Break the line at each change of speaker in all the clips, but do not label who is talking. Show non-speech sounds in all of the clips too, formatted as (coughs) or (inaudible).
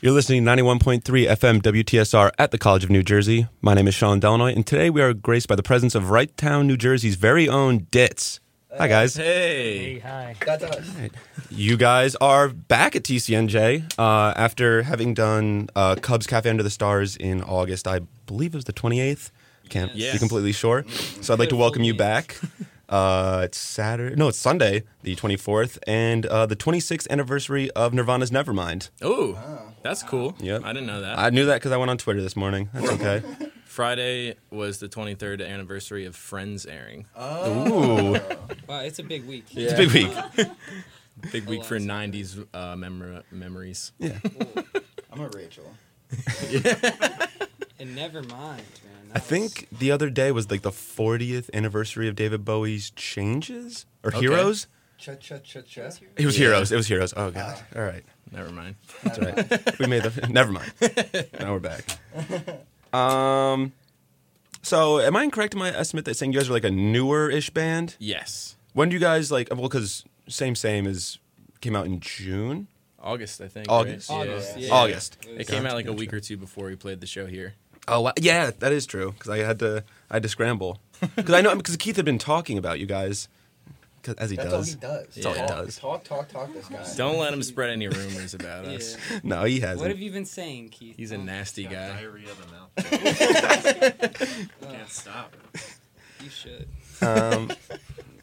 You're listening to 91.3 FM WTSR at the College of New Jersey. My name is Sean Delanoy, and today we are graced by the presence of Wright Town, New Jersey's very own Dits. Hi, guys.
Hey.
hi.
That's us.
You guys are back at TCNJ uh, after having done uh, Cubs Cafe Under the Stars in August. I believe it was the 28th. Can't
Yes.
be completely sure. So I'd like to welcome you back. Uh, it's Saturday. No, it's Sunday, the 24th, and uh, the 26th anniversary of Nirvana's Nevermind.
Ooh, that's cool.
Yep.
I didn't know that.
I knew that because I went on Twitter this morning. That's okay.
Friday was the 23rd anniversary of Friends airing.
Ooh,
Oh, Wow, it's a
(laughs)
big week.
it's a big week.
Big week for
Eliza.
90s uh, memor- memories.
(laughs) Yeah.
I'm a Rachel.
And never mind, man.
I think the other day was like the 40th anniversary of David Bowie's Changes or
Okay.
Heroes.
Cha cha cha cha.
It was
Yeah.
Heroes. It was Heroes. Oh god. All (laughs) right.
Never
(laughs)
mind.
That's right. we made the. (laughs) Never mind. Now we're back. Um. So, am I incorrect in my estimate that saying you guys are like a newer-ish band?
Yes.
When do you guys like? Well, because same same is came out in June,
August, I think.
August.
right?
August, yeah.
August.
It came out like a week or two before we played the show here.
Oh wow. yeah, that is true. Because I had to, I had to
(laughs)
scramble. Because I know because Keith had been talking about you guys, 'cause- as he
That's all
does.
he does.
That's all he
Yeah.
does.
Talk, talk, talk. This guy.
Don't let him spread any rumors about
Yeah.
us.
No, he hasn't.
What have you been saying, Keith?
He's a
Huh?
nasty guy.
Diarrhea of the mouth. Can't stop.
You should.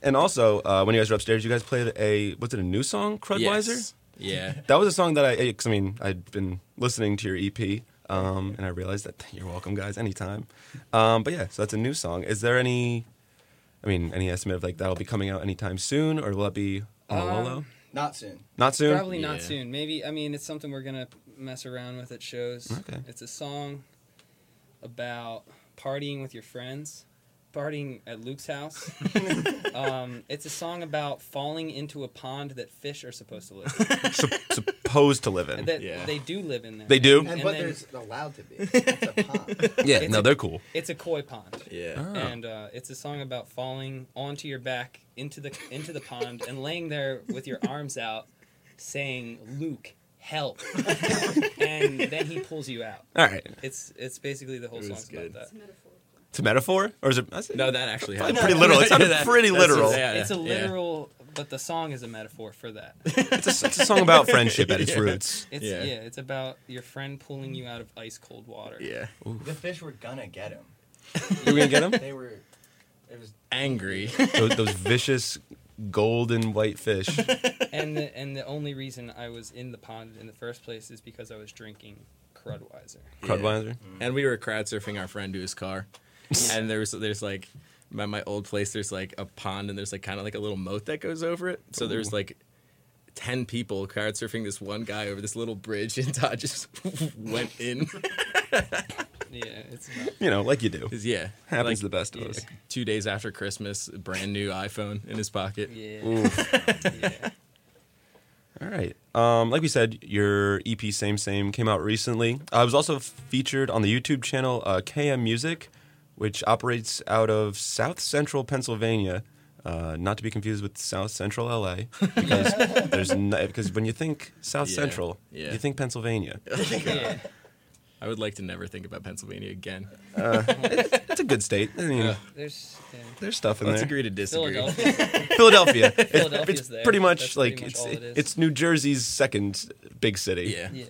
and also, uh, when you guys were upstairs, you guys played a was it a new song, Krugweiser?
Yes. Yeah. (laughs)
That was a song that I, cause, I mean, I'd been listening to your EP, um, and I realized that (laughs) you're welcome, guys, anytime. Um, but yeah, so that's a new song. Is there any, I mean, any estimate of like that'll be coming out anytime soon, or will that be on the low
Um,
low?
Not soon.
Not soon.
Probably not
Yeah.
soon. Maybe I mean it's something we're gonna mess around with at shows.
Okay.
It's a song about partying with your friends, partying at Luke's
(laughs)
house. um, it's a song about falling into a pond that fish are supposed to live. in.
Sup- supposed to
(laughs)
(laughs)
live in.
that
Yeah.
they do live in there.
They
(laughs)
do?
And,
and
but
then
there's
(laughs)
allowed to be. It's a pond.
yeah,
it's
no,
a-
they're cool.
it's a koi pond.
(laughs)
Yeah.
Oh.
and uh, it's a song about falling onto your back into the into the pond and laying there with your arms out, saying, "Luke,
(laughs)
help!" and then he pulls you out.
All right,
It's it's basically the whole
It was
song's about
good.
that.
it's a metaphor, or is it? I said-
No, that actually
Probably
happened.
pretty literal. It
(laughs)
sounded
That-
pretty
that's-
literal.
yeah,
It's a
yeah.
literal, but the song is a metaphor for that.
it's, a, it's a song about friendship at its
(laughs) Yeah.
roots.
It's
Yeah.
yeah. it's about your friend pulling you out of ice cold water.
Yeah.
the fish were gonna get him.
You gonna get them?
They were. It was.
Angry.
those, those vicious golden white fish.
And the, and the only reason I was in the pond in the first place is because I was drinking Crudweiser.
Crudweiser.
and we were crowd surfing our friend to his
(laughs)
car and there was there's like by my old place there's like a pond and there's like kind of like a little moat that goes over it so there's like 10 people crowd surfing this one guy over this little bridge (laughs) and Todd just went in (laughs)
Yeah, it's about,
You know, like you do.
'Cause, yeah
Happens
like,
to the best of us.
two days after christmas a brand new iphone in his pocket
yeah,
Oof.
yeah.
All right. Um, like we said, your EP "Same Same" came out recently. I was also featured on the YouTube channel uh, KM Music, which operates out of South Central Pennsylvania, uh, not to be confused with South Central LA, (laughs) because there's no, because when you think South
Yeah,
Central,
yeah.
you think Pennsylvania.
yeah.
(laughs) i would like to never think about pennsylvania again
It's a good state. I mean,
Yeah.
There's yeah.
there's stuff in
let's
there.
agree to disagree
Philadelphia.
(laughs) Philadelphia. It's-
Philadelphia's
it's
there.
pretty much
That's
like
pretty much
it's
all it is.
it's New Jersey's second big city.
(laughs) yeah
yeah,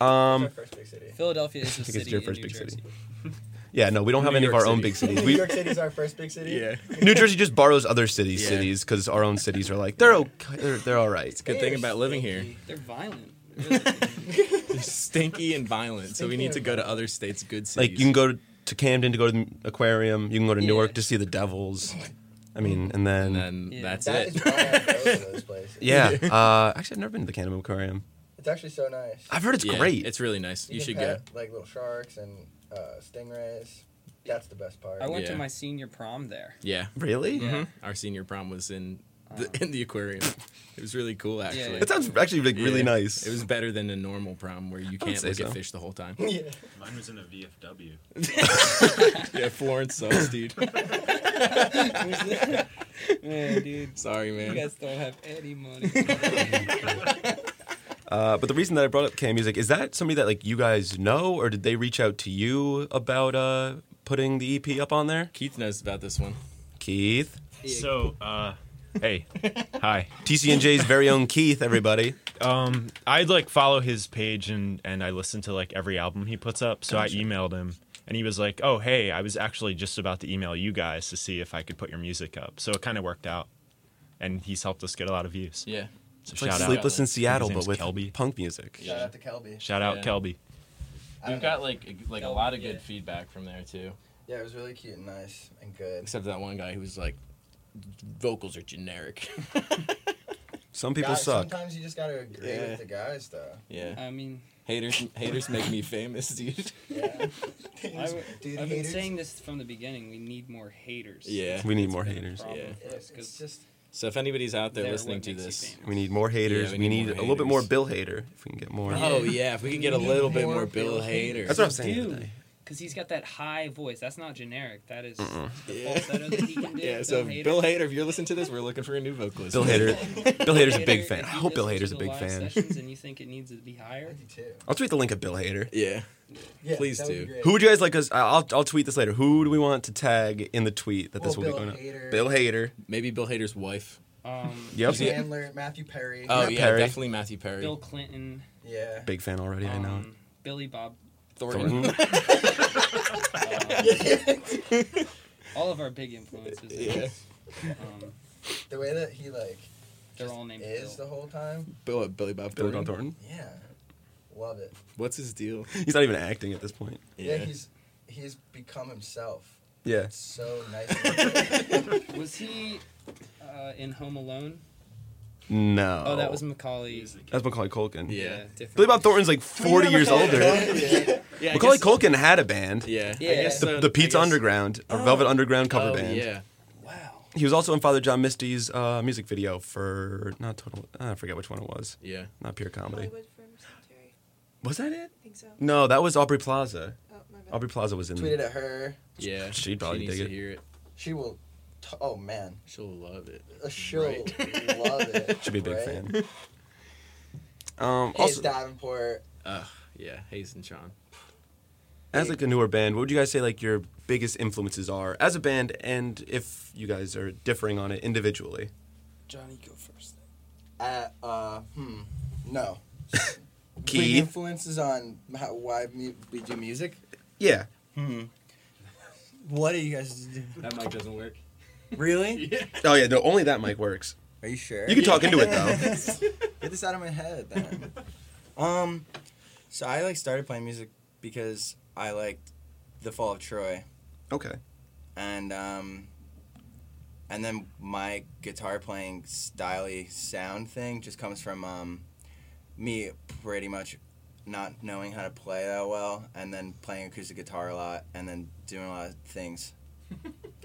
Um,
Um.
first big city.
Philadelphia is the
think it's
city
your
in
first
New
big
Jersey.
city. Yeah. No, we don't have
(laughs) New
any of
York
our own
City.
big cities.
New
We,
York City's our first big city.
yeah
New Jersey just borrows other cities'
Yeah.
cities because our own cities are like they're okay, they're, they're all right.
good thing about living here
They're violent. Really.
(laughs) stinky and violent so we need to go to other states good cities
Like you can go to Camden to go to the aquarium. You can go to
Yeah.
Newark to see the
(laughs)
Devils. I mean, and
and
then,
then
Yeah.
that's
That
it
is why I go to
(laughs)
those places.
yeah. Uh, actually, I've never been to the Camden Aquarium.
It's actually so nice.
I've heard (laughs) it's
Yeah,
great.
It's really nice. You,
can
should go.
pet, Like little sharks and uh, stingrays. That's the best part.
(laughs) I went
Yeah.
to my senior prom (laughs) there.
Yeah.
really.
Mhm. Our senior prom was in the, in the aquarium. It was really cool, actually.
yeah.
That sounds actually like really
Yeah.
nice.
It was better than a normal prom where you can't
say
look
so.
at fish the whole
(laughs)
time.
(laughs) yeah.
Mine was in a VFW.
yeah, Florence sucks, dude.
Man, dude,
Sorry,
you
man.
(laughs) guys don't have any money.
Uh, but the reason that I brought up K Music is that somebody that like you guys know, or did they reach out to you about uh, putting the EP up on there?
Keith knows about this one.
Keith,
So, uh,
(laughs)
hey, hi.
(laughs)
TCNJ's very own Keith, everybody.
Um, I like follow his page and and I listen to like every album he puts up. So I emailed him and he was like, "Oh, hey, I was actually just about to email you guys to see if I could put your music up." So it kind of worked out, and he's helped us get a lot of views.
Yeah.
So
It's like
shout out,
Sleepless in Seattle,
His
but
name's
with
Kelby.
punk music.
Shout out to Kelby.
shout out
Yeah.
Kelby.
I
We've
don't
got like a- like a lot of
Yeah.
good feedback from there too.
know. Yeah, it was really cute and nice and good.
Except that one guy who was like, vocals are generic.
Some people
Guys,
suck.
Sometimes you just gotta agree
Yeah.
with the guys,
(laughs)
though.
(laughs) yeah.
I mean,
Haters haters make me famous, dude.
Yeah.
I w-
(laughs) Dude,
I've been
haters.
saying this from the beginning. We need more haters.
Yeah.
We need more haters.
Yeah.
It's, it's just
So if anybody's out there
They're
listening
what
to
makes you
this,
famous.
We need more haters.
Yeah,
we, need, a little bit more Bill hater if we can get more.
Yeah.
oh yeah, if we could get a
need
little bit
more
more Bill
Bill
Hader.
That's what I'm saying.
Dude.
today.
Because he's got that high voice. That's not generic. That is the
Yeah.
falsetto that
(laughs)
he can do.
Yeah, so
Hader.
if Bill Hader, if you're listening to this, we're looking for a new vocalist.
Bill Hader.
(laughs)
Bill Hader's a big
Hader,
fan.
if
I
you
hope Bill
listen to
Hader's a
the
big
live
fan.
sessions and you think it needs to be higher?
52.
I'll tweet the link of Bill Hader.
Yeah.
Yeah,
Please
that would
do.
be great.
Who would you guys like us? I'll I'll tweet this later. Who do we want to tag in the tweet that this
Well,
will
Oh, Bill
be going
Hader.
up? Bill Hader.
Maybe Bill Hader's wife.
(laughs)
Um,
Yep.
Yeah.
Chandler, Matthew Perry.
Oh
Matt
yeah,
Perry.
definitely Matthew Perry.
Bill Clinton.
Yeah.
Big fan already.
Oh,
I know.
um, Billy Bob.
Thornton.
Thornton.
uh, all of our big
(laughs)
influences.
yeah.
Um,
The way that he like
they're all named
is
Bill.
the whole time.
Bill, Billy Bob
Bill
Thornton.
John Thornton.
Yeah. Love it.
What's his deal?
He's not even acting at this point.
Yeah, he's he's become himself.
Yeah.
It's so
(laughs)
nice.
Was he uh, in Home Alone?
No.
Oh, that was Macaulay.
that's Macaulay Culkin.
Yeah.
different.
Billy Bob Thornton's like 40 years older.
Yeah, I
Macaulay
guess-
Culkin had a band.
Yeah.
Yeah.
I guess
The,
so.
the
I
Pete's
guess-
Underground, a Velvet Underground cover
oh,
band.
Yeah.
Wow.
He was also in Father John Misty's uh, music video for not total. uh, I forget which one it was.
Yeah.
Not pure comedy.
Hollywood Forever Cemetery.
Was that it?
I think so.
No, that was Aubrey Plaza.
Oh, my bad.
Aubrey Plaza was in.
Tweeted at her.
Yeah.
She'd probably
she needs
dig
to
it.
hear it.
She will. T- oh man,
She'll love it.
Uh, she'll
Right.
love
(laughs)
it.
Should be a big
right?
fan. Um,
Hayes
also,
Davenport.
Ugh. Yeah. Hayes and Sean.
as like a newer band, what would you guys say like your biggest influences are as a band, and if you guys are differing on it individually?
Johnny, go first.
Uh, uh, hmm.
(laughs)
No. Big
Keith?
influences on how, why mu- we do music.
Yeah,
Hmm. What are you guys do?
That mic doesn't (laughs) work.
Really?
Oh yeah, no, only that mic works.
Are you sure?
You can talk into it though.
(laughs) Get this out of my
(laughs)
head then. um, so I like started playing music because I liked the Fall of Troy,
okay.
and um, and then my guitar playing styly sound thing just comes from um, me pretty much not knowing how to play that well, and then playing acoustic guitar a lot, and then doing a lot of things.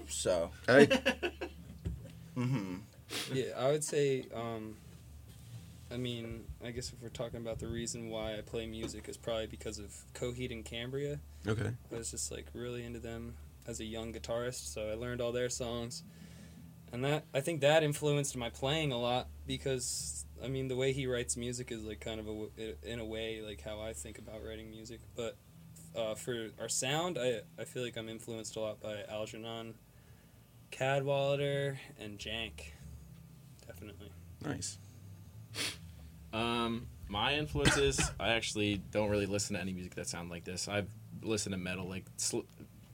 so.
Hey.
hmm
Yeah, I would say. Um, I mean, I guess if we're talking about the reason why I play music is probably because of Coheed and Cambria.
(laughs) Okay.
I was just like really into them as a young guitarist, so I learned all their songs, and that I think that influenced my playing a lot because I mean the way he writes music is like kind of a w- in a way like how I think about writing music, but. Uh, for our sound, I, I feel like I'm influenced a lot by Algernon Cadwallader and Jank. Definitely.
Nice.
Um, my influences, I actually don't really listen to any music that sound like this. I've listened to metal, like sl-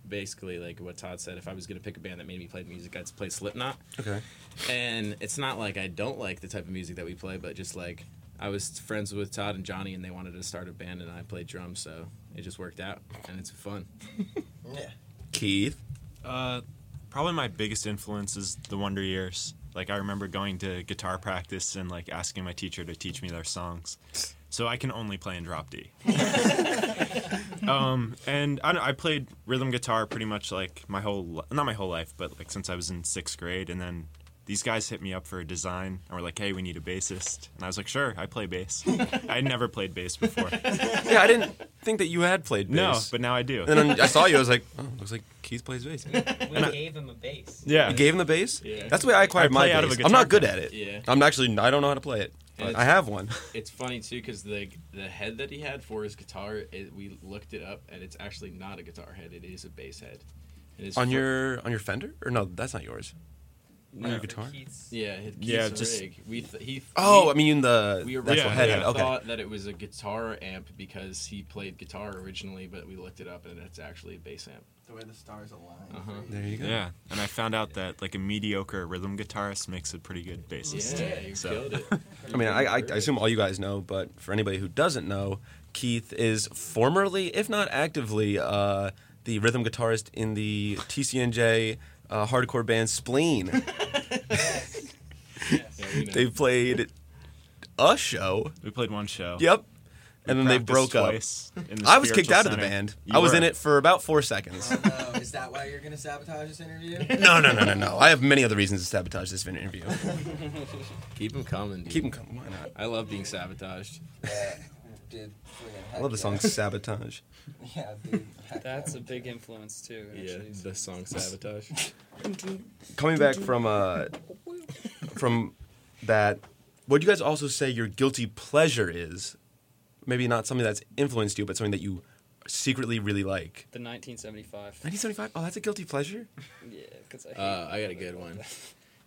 basically like what Todd said. If I was gonna pick a band that made me play music, I'd play Slipknot.
Okay.
And it's not like I don't like the type of music that we play, but just like I was friends with Todd and Johnny, and they wanted to start a band, and I played drums, so it just worked out, and it's fun.
Yeah.
Keith.
Uh, probably my biggest influence is the Wonder Years. Like I remember going to guitar practice and like asking my teacher to teach me their songs. So I can only play in drop D. um, and I, don't- I played rhythm guitar pretty much like my whole li- not my whole life, but like since I was in sixth grade. And then these guys hit me up for a design and were like, "Hey, we need a bassist." And I was like, "Sure, I play bass." I had never played bass (laughs) before.
Yeah, I didn't think that you had played
No,
bass.
but now I do.
And then I saw you. I was like, oh, looks like Keith plays bass.
We gave him a bass.
yeah.
You gave him the bass.
Yeah.
That's the way I acquired
I
my
play out of
bass.
a
I'm not
guitar
good at it.
Yeah.
I'm actually. I don't know how to play it.
And it's-
I have one.
It's funny too because the the head that he had for his guitar, it, we looked it up, and it's actually not a guitar head; it is a bass head. It is
on
fr-
your on your Fender? Or no, that's not yours.
No.
your guitar?
Keats.
yeah, it,
Yeah,
yeah,
just-
just rig. we th- he.
Oh,
we,
I mean the,
we
the actual
originally
yeah,
head.
yeah. Uh,
end. Okay.
thought that it was a guitar amp because he played guitar originally, but we looked it up, and it's actually a bass amp.
The way the stars align. (laughs)
Uh-huh.
There you go.
Yeah, and I found out that like a mediocre rhythm guitarist makes a pretty good bassist.
Yeah, you
So-
killed (laughs) it.
I mean, I, I, I assume all you guys know, but for anybody who doesn't know, Keith is formerly, if not actively, uh, the rhythm guitarist in the TCNJ uh, hardcore band Spleen.
(laughs)
Yes.
Yeah, we know.
they played a show.
(laughs) We played one show.
Yep. And then they broke
up.
up. I was kicked out of the band. I was in it for about four
(laughs)
seconds.
Oh, no. Is that why you're gonna sabotage this interview?
(laughs) no, no, no, no, no. I have many other reasons to sabotage this interview.
Keep him coming. Dude.
Keep them coming. Why not?
I love being sabotaged.
Yeah, dude, friggin'
I love the
heck
song
(laughs) yeah.
Sabotage.
Yeah, dude. heck
That's a
yeah.
big influence too.
Yeah,
Actually.
the song "Sabotage."
coming back from uh from that what you guys also say your guilty pleasure is maybe not something that's influenced you but something that you secretly really like
The 1975.
1975 oh that's a guilty pleasure
Yeah, because I.
(laughs)
hate
Uh, I got a
it.
good one.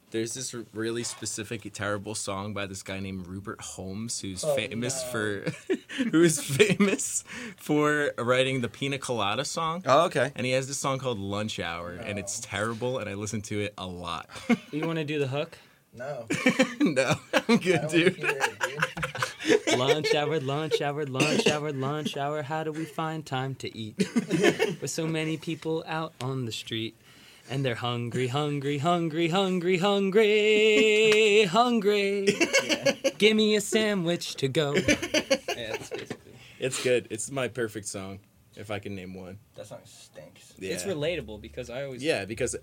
There's this r- really specific, terrible song by this guy named Rupert Holmes, who's
Oh,
famous
no.
for, (laughs) who is famous for writing the Pina Colada song.
oh okay
And he has this song called Lunch Hour, and it's terrible, and I listen to it a
(laughs)
lot. (laughs)
You want to do the hook?
(laughs)
No,
no, I'm
I
good,
don't wanna
dude.
hear it, dude.
lunch hour, lunch hour, lunch hour, lunch hour. How do we find time to eat? (laughs) With so many people out on the street. And they're hungry, hungry, hungry, hungry, hungry, hungry. Give me a sandwich to go. Yeah, that's basically.
It's good. It's my perfect song, if I can name one.
That song stinks.
Yeah.
It's relatable because I always
Yeah, because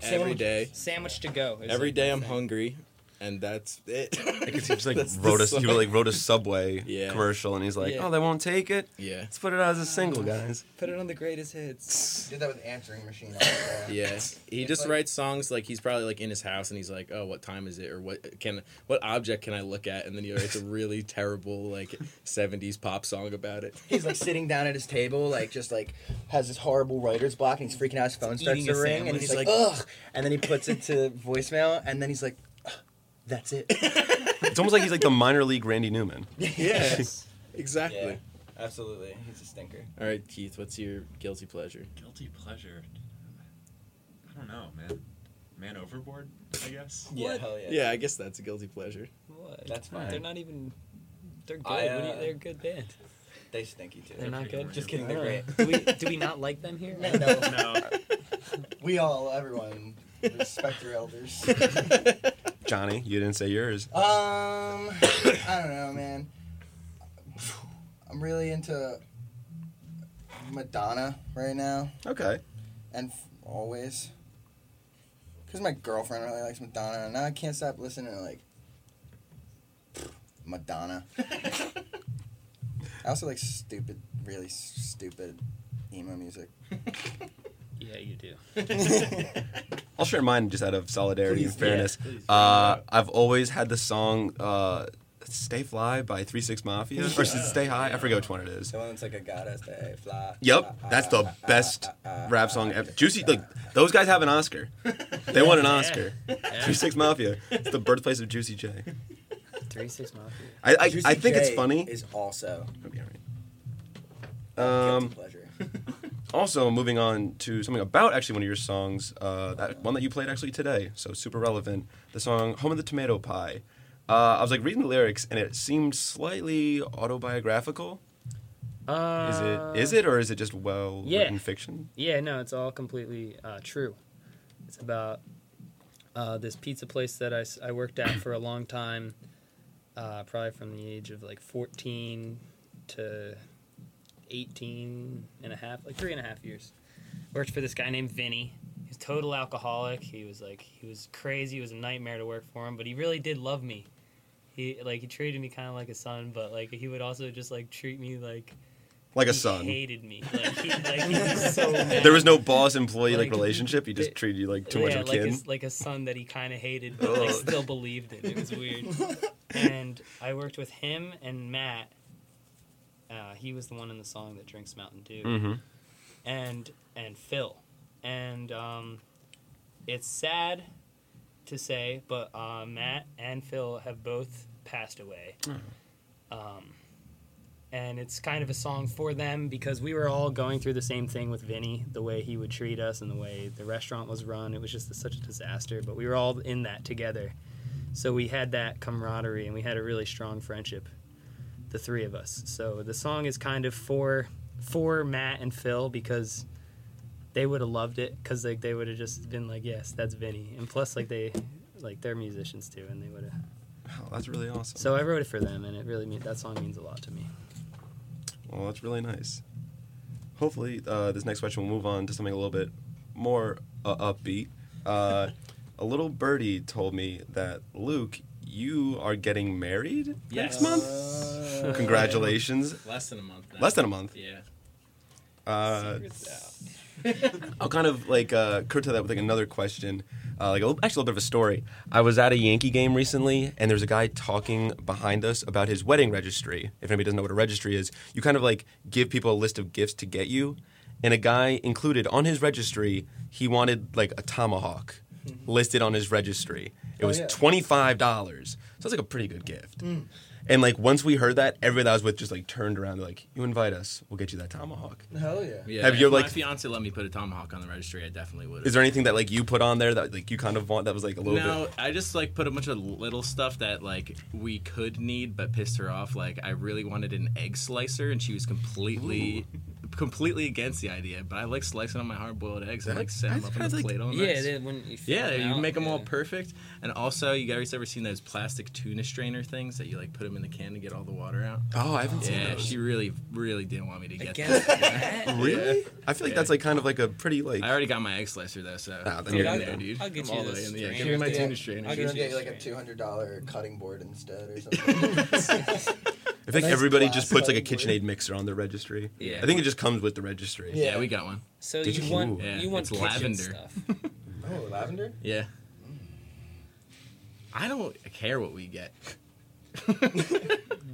every
Sandwich-
day,
sandwich to go. is
every
like
day
my
I'm
thing.
hungry, and that's it.
because he just like
(laughs) That's the
wrote a he
song.
like wrote a subway
(laughs) Yeah.
commercial and he's like
Yeah.
oh they won't take it
Yeah.
let's put it out as a single guys
Put it on the greatest hits.
Did that with answering machine. all the time.
Yeah, he
It's
just
like-
writes songs like he's probably like in his house and he's like, oh, what time is it or what can what object can I look at? And then he writes a really terrible like '70s pop song about it.
He's like sitting down at his table, like just like has this horrible writer's block, and he's freaking out. His phone starts
eating
to
a
ring, and
sandwich,
he's like,
like-
"Ugh!" And then he puts it to voicemail, and then he's like, "Ugh,
(laughs)
"That's it."
it's almost like he's like the minor league randy newman
Yeah, exactly.
absolutely. He's a stinker.
All right, Keith, what's your guilty pleasure?
Guilty pleasure. I don't know, man. Man overboard, I
(laughs)
guess.
Yeah,
What?
hell yeah.
Yeah, I guess that's a guilty pleasure.
What?
That's fine.
They're not even. They're good.
I,
What do you-
uh,
they're a good band.
They stinky too.
They're not good.
Just kidding, they're great.
Do we, do we not like them here?
no,
No,
we all, everyone, respect
(laughs)
your elders.
johnny you didn't say yours
Um, I don't know, man. I'm really into Madonna right now,
okay
and f- always. Cause my girlfriend really likes Madonna, and now I can't stop listening to like Madonna. I also like stupid, really s- stupid emo music.
Yeah, you
(laughs)
do.
I'll share mine just out of solidarity
Please
and
do.
fairness.
Yeah, please.
uh, I've always had the song uh, "Stay Fly" by Three Six Mafia, or is it "Stay High." I forget which one it is.
The one that's like I gotta stay fly. ah,
Yep, that's the best rap song ever. Juicy, like those guys have an Oscar. They won an Oscar. Three Six Mafia. It's the birthplace of Juicy J.
Three Six Mafia.
I, I,
Juicy
I think it's
J
funny.
Is also
Okay, all right.
um,
Um,
pleasure.
also, moving on to something about actually one of your songs, uh, that one that you played actually today, so super relevant. The song "Home of the Tomato Pie." Uh, I was like reading the lyrics, and it seemed slightly autobiographical. Is
Uh,
it? Is it, or is it just well written
yeah.
fiction?
Yeah, no, it's all completely uh, true. It's about uh, this pizza place that I, s- I worked at for a long time, uh, probably from the age of like 14 to 18 and a half, like three and a half years. Worked for this guy named Vinny. He was total alcoholic. He was like, he was crazy. It was a nightmare to work for him, but he really did love me. He like he treated me kind of like a son, but like he would also just like treat me like
Like a
he
son.
hated me.
(laughs)
Like he, like, he was so mad.
There was no boss employee like
Like,
relationship. He just
it-
treated you like too much
yeah,
of a
like
kid.
his- like a son that he kind of hated, but like
Ugh.
still believed in. It was weird. and I worked with him and Matt. Uh, he was the one in the song that drinks Mountain Dew,
Mm-hmm.
and and Phil, and um, it's sad to say, but uh, Matt and Phil have both passed away. Um, and it's kind of a song for them because we were all going through the same thing with Vinny, the way he would treat us and the way the restaurant was run. It was just such a disaster, but we were all in that together. So we had that camaraderie and we had a really strong friendship, the three of us. So the song is kind of for for Matt and Phil because they would have loved it because like they would have just been like, yes, that's Vinny. And plus, like they like they're musicians too, and they would have.
Wow, that's really awesome.
So I wrote it for them, and it really mean, that song means a lot to me.
Well, that's really nice. Hopefully, uh, this next question will move on to something a little bit more uh, upbeat. Uh, a little birdie told me that Luke, you are getting married
Yes.
next month. Congratulations!
Less than a month. Now.
Less than a month.
Yeah.
Uh,
Secrets out.
I'll kind of like uh, curtail that with like another question, uh, like a little, actually a little bit of a story. I was at a Yankee game recently, and there's a guy talking behind us about his wedding registry. If anybody doesn't know what a registry is, you kind of like give people a list of gifts to get you, and a guy included on his registry, he wanted like a tomahawk listed on his registry. It was
yeah.
twenty five dollars. Sounds like a pretty good gift. And like once we heard that, everybody that I was with just like turned around, they're like, "You invite us, we'll get you that tomahawk."
Hell yeah.
(laughs)
Yeah.
Have you,
if
like-
my fiance let me put a tomahawk on the registry? I definitely would.
Is there anything that like you put on there that like you kind of want that was like a little
no,
bit?
I just like put a bunch of little stuff that like we could need, but pissed her off. Like I really wanted an egg slicer, and she was completely, completely against the idea. But I like slicing on my hard-boiled eggs and like
That's-
set them
that's
up on
kinda
the
like-
plate all
Yeah,
nice.
they, when you fill
Yeah,
them
you
out,
make them all
yeah.
perfect, and also you guys ever seen those plastic tuna strainer things that you like put them in the can to get all the water out?
Oh, I haven't seen
Yeah,
those.
(laughs) she really, really didn't want me to get
Against
that. (laughs)
that.
really? I feel like
Yeah.
that's like kind of like a pretty like.
I already got my egg slicer though, so
Ah, then
get
you're
in
good.
there, dude.
I'll get
I'm
you
all
the
the way in the yeah,
strainer.
Give me my
Yeah.
tuna strainer.
I'll
You're
get
gonna
you
get like a
straight.
two hundred dollar cutting board instead or
(laughs)
something.
(laughs)
I think
nice
everybody
glass
just puts like a
cutting
KitchenAid mixer on their registry.
Yeah.
I think it just comes with the registry.
Yeah.
Yeah, we got one.
So
Did
you,
you-
want
Ooh.
Yeah,
you want
it's
kitchen
lavender.
stuff.
oh, lavender.
Yeah. I don't care what we
(laughs)
get.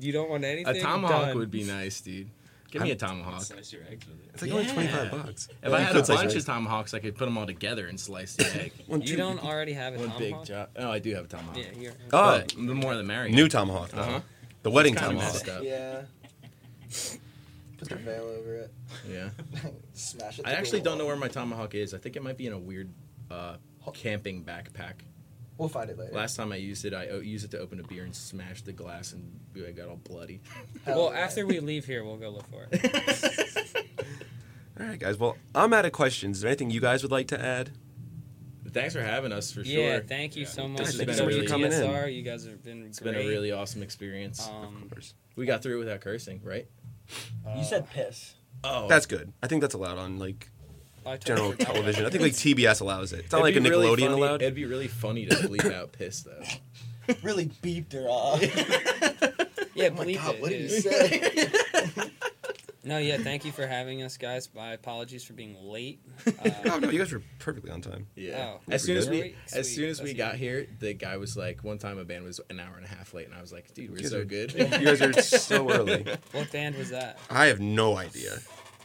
You don't want anything.
A tomahawk
Done.
would be nice, dude. Give me a tomahawk.
Slice your eggs with it.
It's like only
Yeah.
twenty five bucks.
If I had a bunch of tomahawks, I could put them all together and slice the
(laughs)
egg.
One,
You don't already have a
One big
tomahawk.
job. Oh, I do have a tomahawk.
Yeah,
(laughs)
you're.
Oh,
But the more the merrier.
new tomahawk though.
Uh-huh.
The wedding
Kinda
tomahawk.
messed up. Yeah.
Yeah. Put the veil over it. (laughs) Smash it.
I
through
actually
the
don't know
wall.
where my tomahawk is. I think it might be in a weird uh, camping backpack.
We'll find it later.
Last time I used it, I o- used it to open a beer and smash the glass, and I got all
(laughs)
bloody.
Hell
Well,
yeah.
after we leave here, we'll go look for it.
All right, guys. Well, I'm out of questions. Is there anything you guys would like to add?
Thanks for having us for sure.
(laughs) Yeah, thank you so much.
has
been
So
a really-
TSR, You guys have been
It's
great.
been a really awesome experience.
um,
we got through it without cursing, right?
you
(laughs)
said piss.
Oh,
That's good. I think that's allowed on like
uh, I told
general
(laughs)
you-
television. I think like TBS allows it. It's not
It'd
like a
be really
Nickelodeon
funny-
allowed.
It'd be really funny to
(coughs)
bleep out piss though.
Really beeped
(laughs)
her off.
Yeah,
oh my
believe
god,
it.
what did you
dude.
say?
No, yeah. Thank you for having us, guys. My apologies for being
(laughs)
late.
Oh
Uh,
no, you guys were perfectly on time.
Yeah.
Oh.
as soon as we
Really?
as
Sweet.
soon as
That's
we
even-
got here, the guy was like, one time a band was an hour and a half late, and I was like, dude, we're
You guys
so
are-
good.
You guys are
(laughs)
so early.
what band was that?
I have no idea.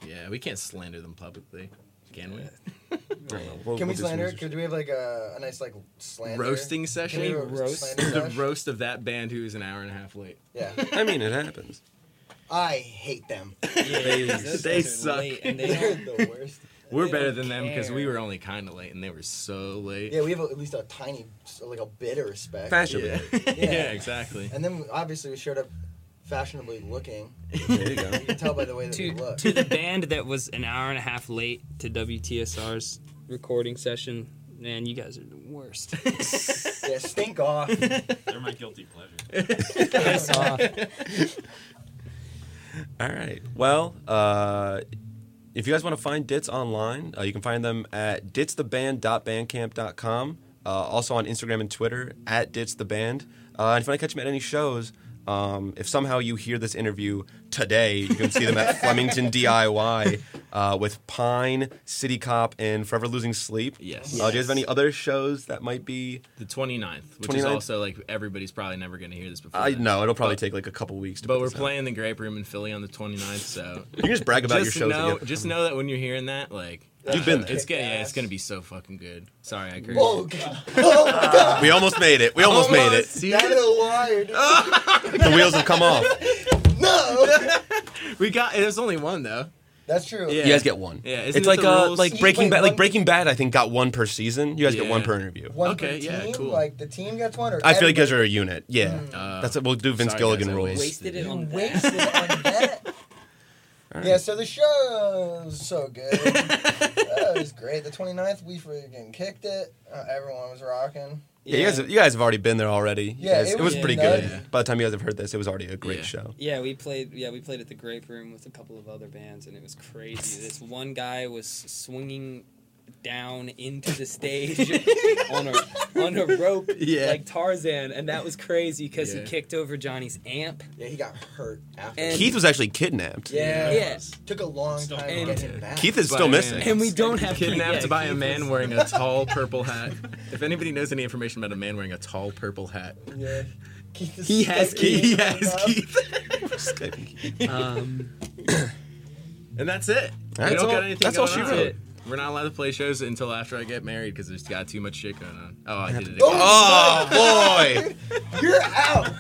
yeah, we can't slander them publicly, can we?
I don't know. We'll-
Can we
we'll do some
slander?
research.
Could we have like a, a nice like slander?
Roasting
Can we
session.
do a
roast?
slander
the (laughs)
sesh?
roast of that band who is an hour and a half late.
Yeah.
I mean, it happens.
I hate them.
Yeah,
They-
those
they
guys are
suck.
late and they
They're (laughs)
don't
the worst.
(laughs) We're
They
better
don't
than them because we
care.
were only kind of late, and they were so late.
Yeah, we have at least a tiny, like a bit of respect.
Fashionably.
yeah.
(laughs) Yeah.
exactly.
And then obviously we showed up fashionably looking.
There you go.
(laughs) You can tell by the way that we
to,
look.
to the band that was an hour and a half late to WTSR's recording session. Man, you guys are the worst.
(laughs) Yeah,
(laughs)
(laughs)
stink off.
They're my guilty pleasure.
(laughs)
Piss off.
All right. Well, uh, if you guys want to find Dits online, uh, you can find them at ditstheband.bandcamp.com. Uh, also on Instagram and Twitter at ditstheband. Uh, and if you want to catch them at any shows, (laughs) um, if somehow you hear this interview today, you can see them at Flemington DIY. uh, with Pine, City Cop, and Forever Losing Sleep.
Yes.
Uh, do you guys have any other shows that might be?
The 29th, which is
29th?
also like everybody's probably never going to hear this before.
I
that.
know it'll probably take like a couple weeks. To
But
put
we're
this out.
playing the Grape Room in Philly on the 29th,
(laughs)
so
You can just brag about
just
your shows. that you
know,
have-
just know that when you're hearing that, like
You've been there.
it's gonna, yeah,
Kick
it's
ass.
gonna be so fucking good. Sorry, I cursed.
Oh god. Oh god.
We almost made it. We almost, made it. Oh.
dude.
That is
(laughs)
wired.
The wheels have come off. (laughs)
No.
We got. It was only one though.
That's true.
Yeah.
You guys get one.
Yeah, isn't
it's
it
like
the
uh,
rules-
like
You-
Breaking
wait,
Bad. Like
one-
Breaking Bad, I think got one per season. You guys get
Yeah.
one per interview.
One
Okay,
okay,
yeah,
team?
cool.
Like the team gets one, or
I feel like you
everybody-
guys
Mm.
are a unit. Yeah,
Uh,
that's it. We'll do Vince
sorry,
Gilligan
guys, I
rules.
Wasted it
You
on that.
wasted
(laughs)
on (laughs) that. Yeah, so the show was
(laughs)
so good. oh, it was great. The 29th, we freaking kicked it. Uh, everyone was rocking.
Yeah, you guys, you guys have already been there already. You
Yeah,
guys-
it
it was
was
pretty
nuts.
good. By the time you guys have heard this, it was already a great
Yeah.
show.
Yeah, we played. Yeah, we played at the Grape Room with a couple of other bands, and it was crazy. This one guy was swinging down into
(laughs)
the stage on a on a rope
Yeah.
like Tarzan, and that was crazy because
Yeah.
he kicked over Johnny's amp.
Yeah, he got hurt after.
And-
Keith was actually kidnapped.
yeah,
(laughs) Yeah.
took a long
Still
time to
and-
get him back.
Keith is
By
still
a man.
missing. (laughs)
And we don't have
Kidnapped
Yeah,
by a
Keith
man
was-
wearing a
(laughs)
tall purple hat. If anybody knows any information about a man wearing a tall purple hat,
yeah. Keith is
he has
stuck
Keith.
in
He
the
has
club.
Keith.
(laughs)
Um,
And that's it.
That's
we don't
all-
got anything
that's all
going
she
on.
wrote.
We're not allowed to play shows until after I get married because there's got too much shit going on. Oh, I did it again.
Oh boy!
You're out.
All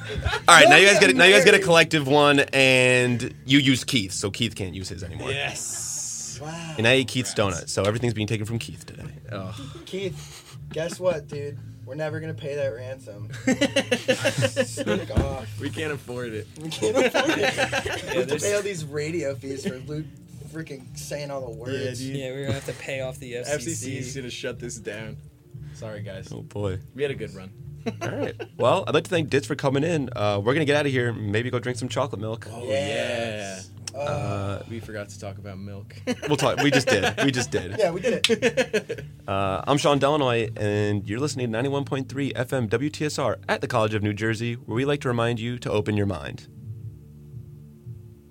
right, now you guys get a, now you guys get a collective one, and you use Keith, so Keith can't use his anymore.
Yes.
Wow.
And I ate Keith's donut, so everything's being taken from Keith today.
Oh.
Keith, guess what, dude? We're never gonna pay
(laughs)
that ransom. Sneak off.
we can't afford it.
We can't afford it. We
yeah,
have to
there's-
pay all these radio fees for Luke freaking saying all the words.
dude.
yeah, we're gonna have to pay off the
FCC is
FCC.
gonna shut this down. Sorry, guys.
Oh boy!
We had a good run.
All right. Well, I'd like to thank Ditz for coming in. Uh, we're gonna get out of here. Maybe go drink some chocolate milk.
Oh
Yes. Uh,
Uh,
yeah. We forgot to talk about milk.
we'll talk. We just did. We just
(laughs)
did.
yeah, we did it.
Uh, I'm Sean Delanoy, and you're listening to 91.3 FM WTSR at the College of New Jersey, where we like to remind you to open your mind.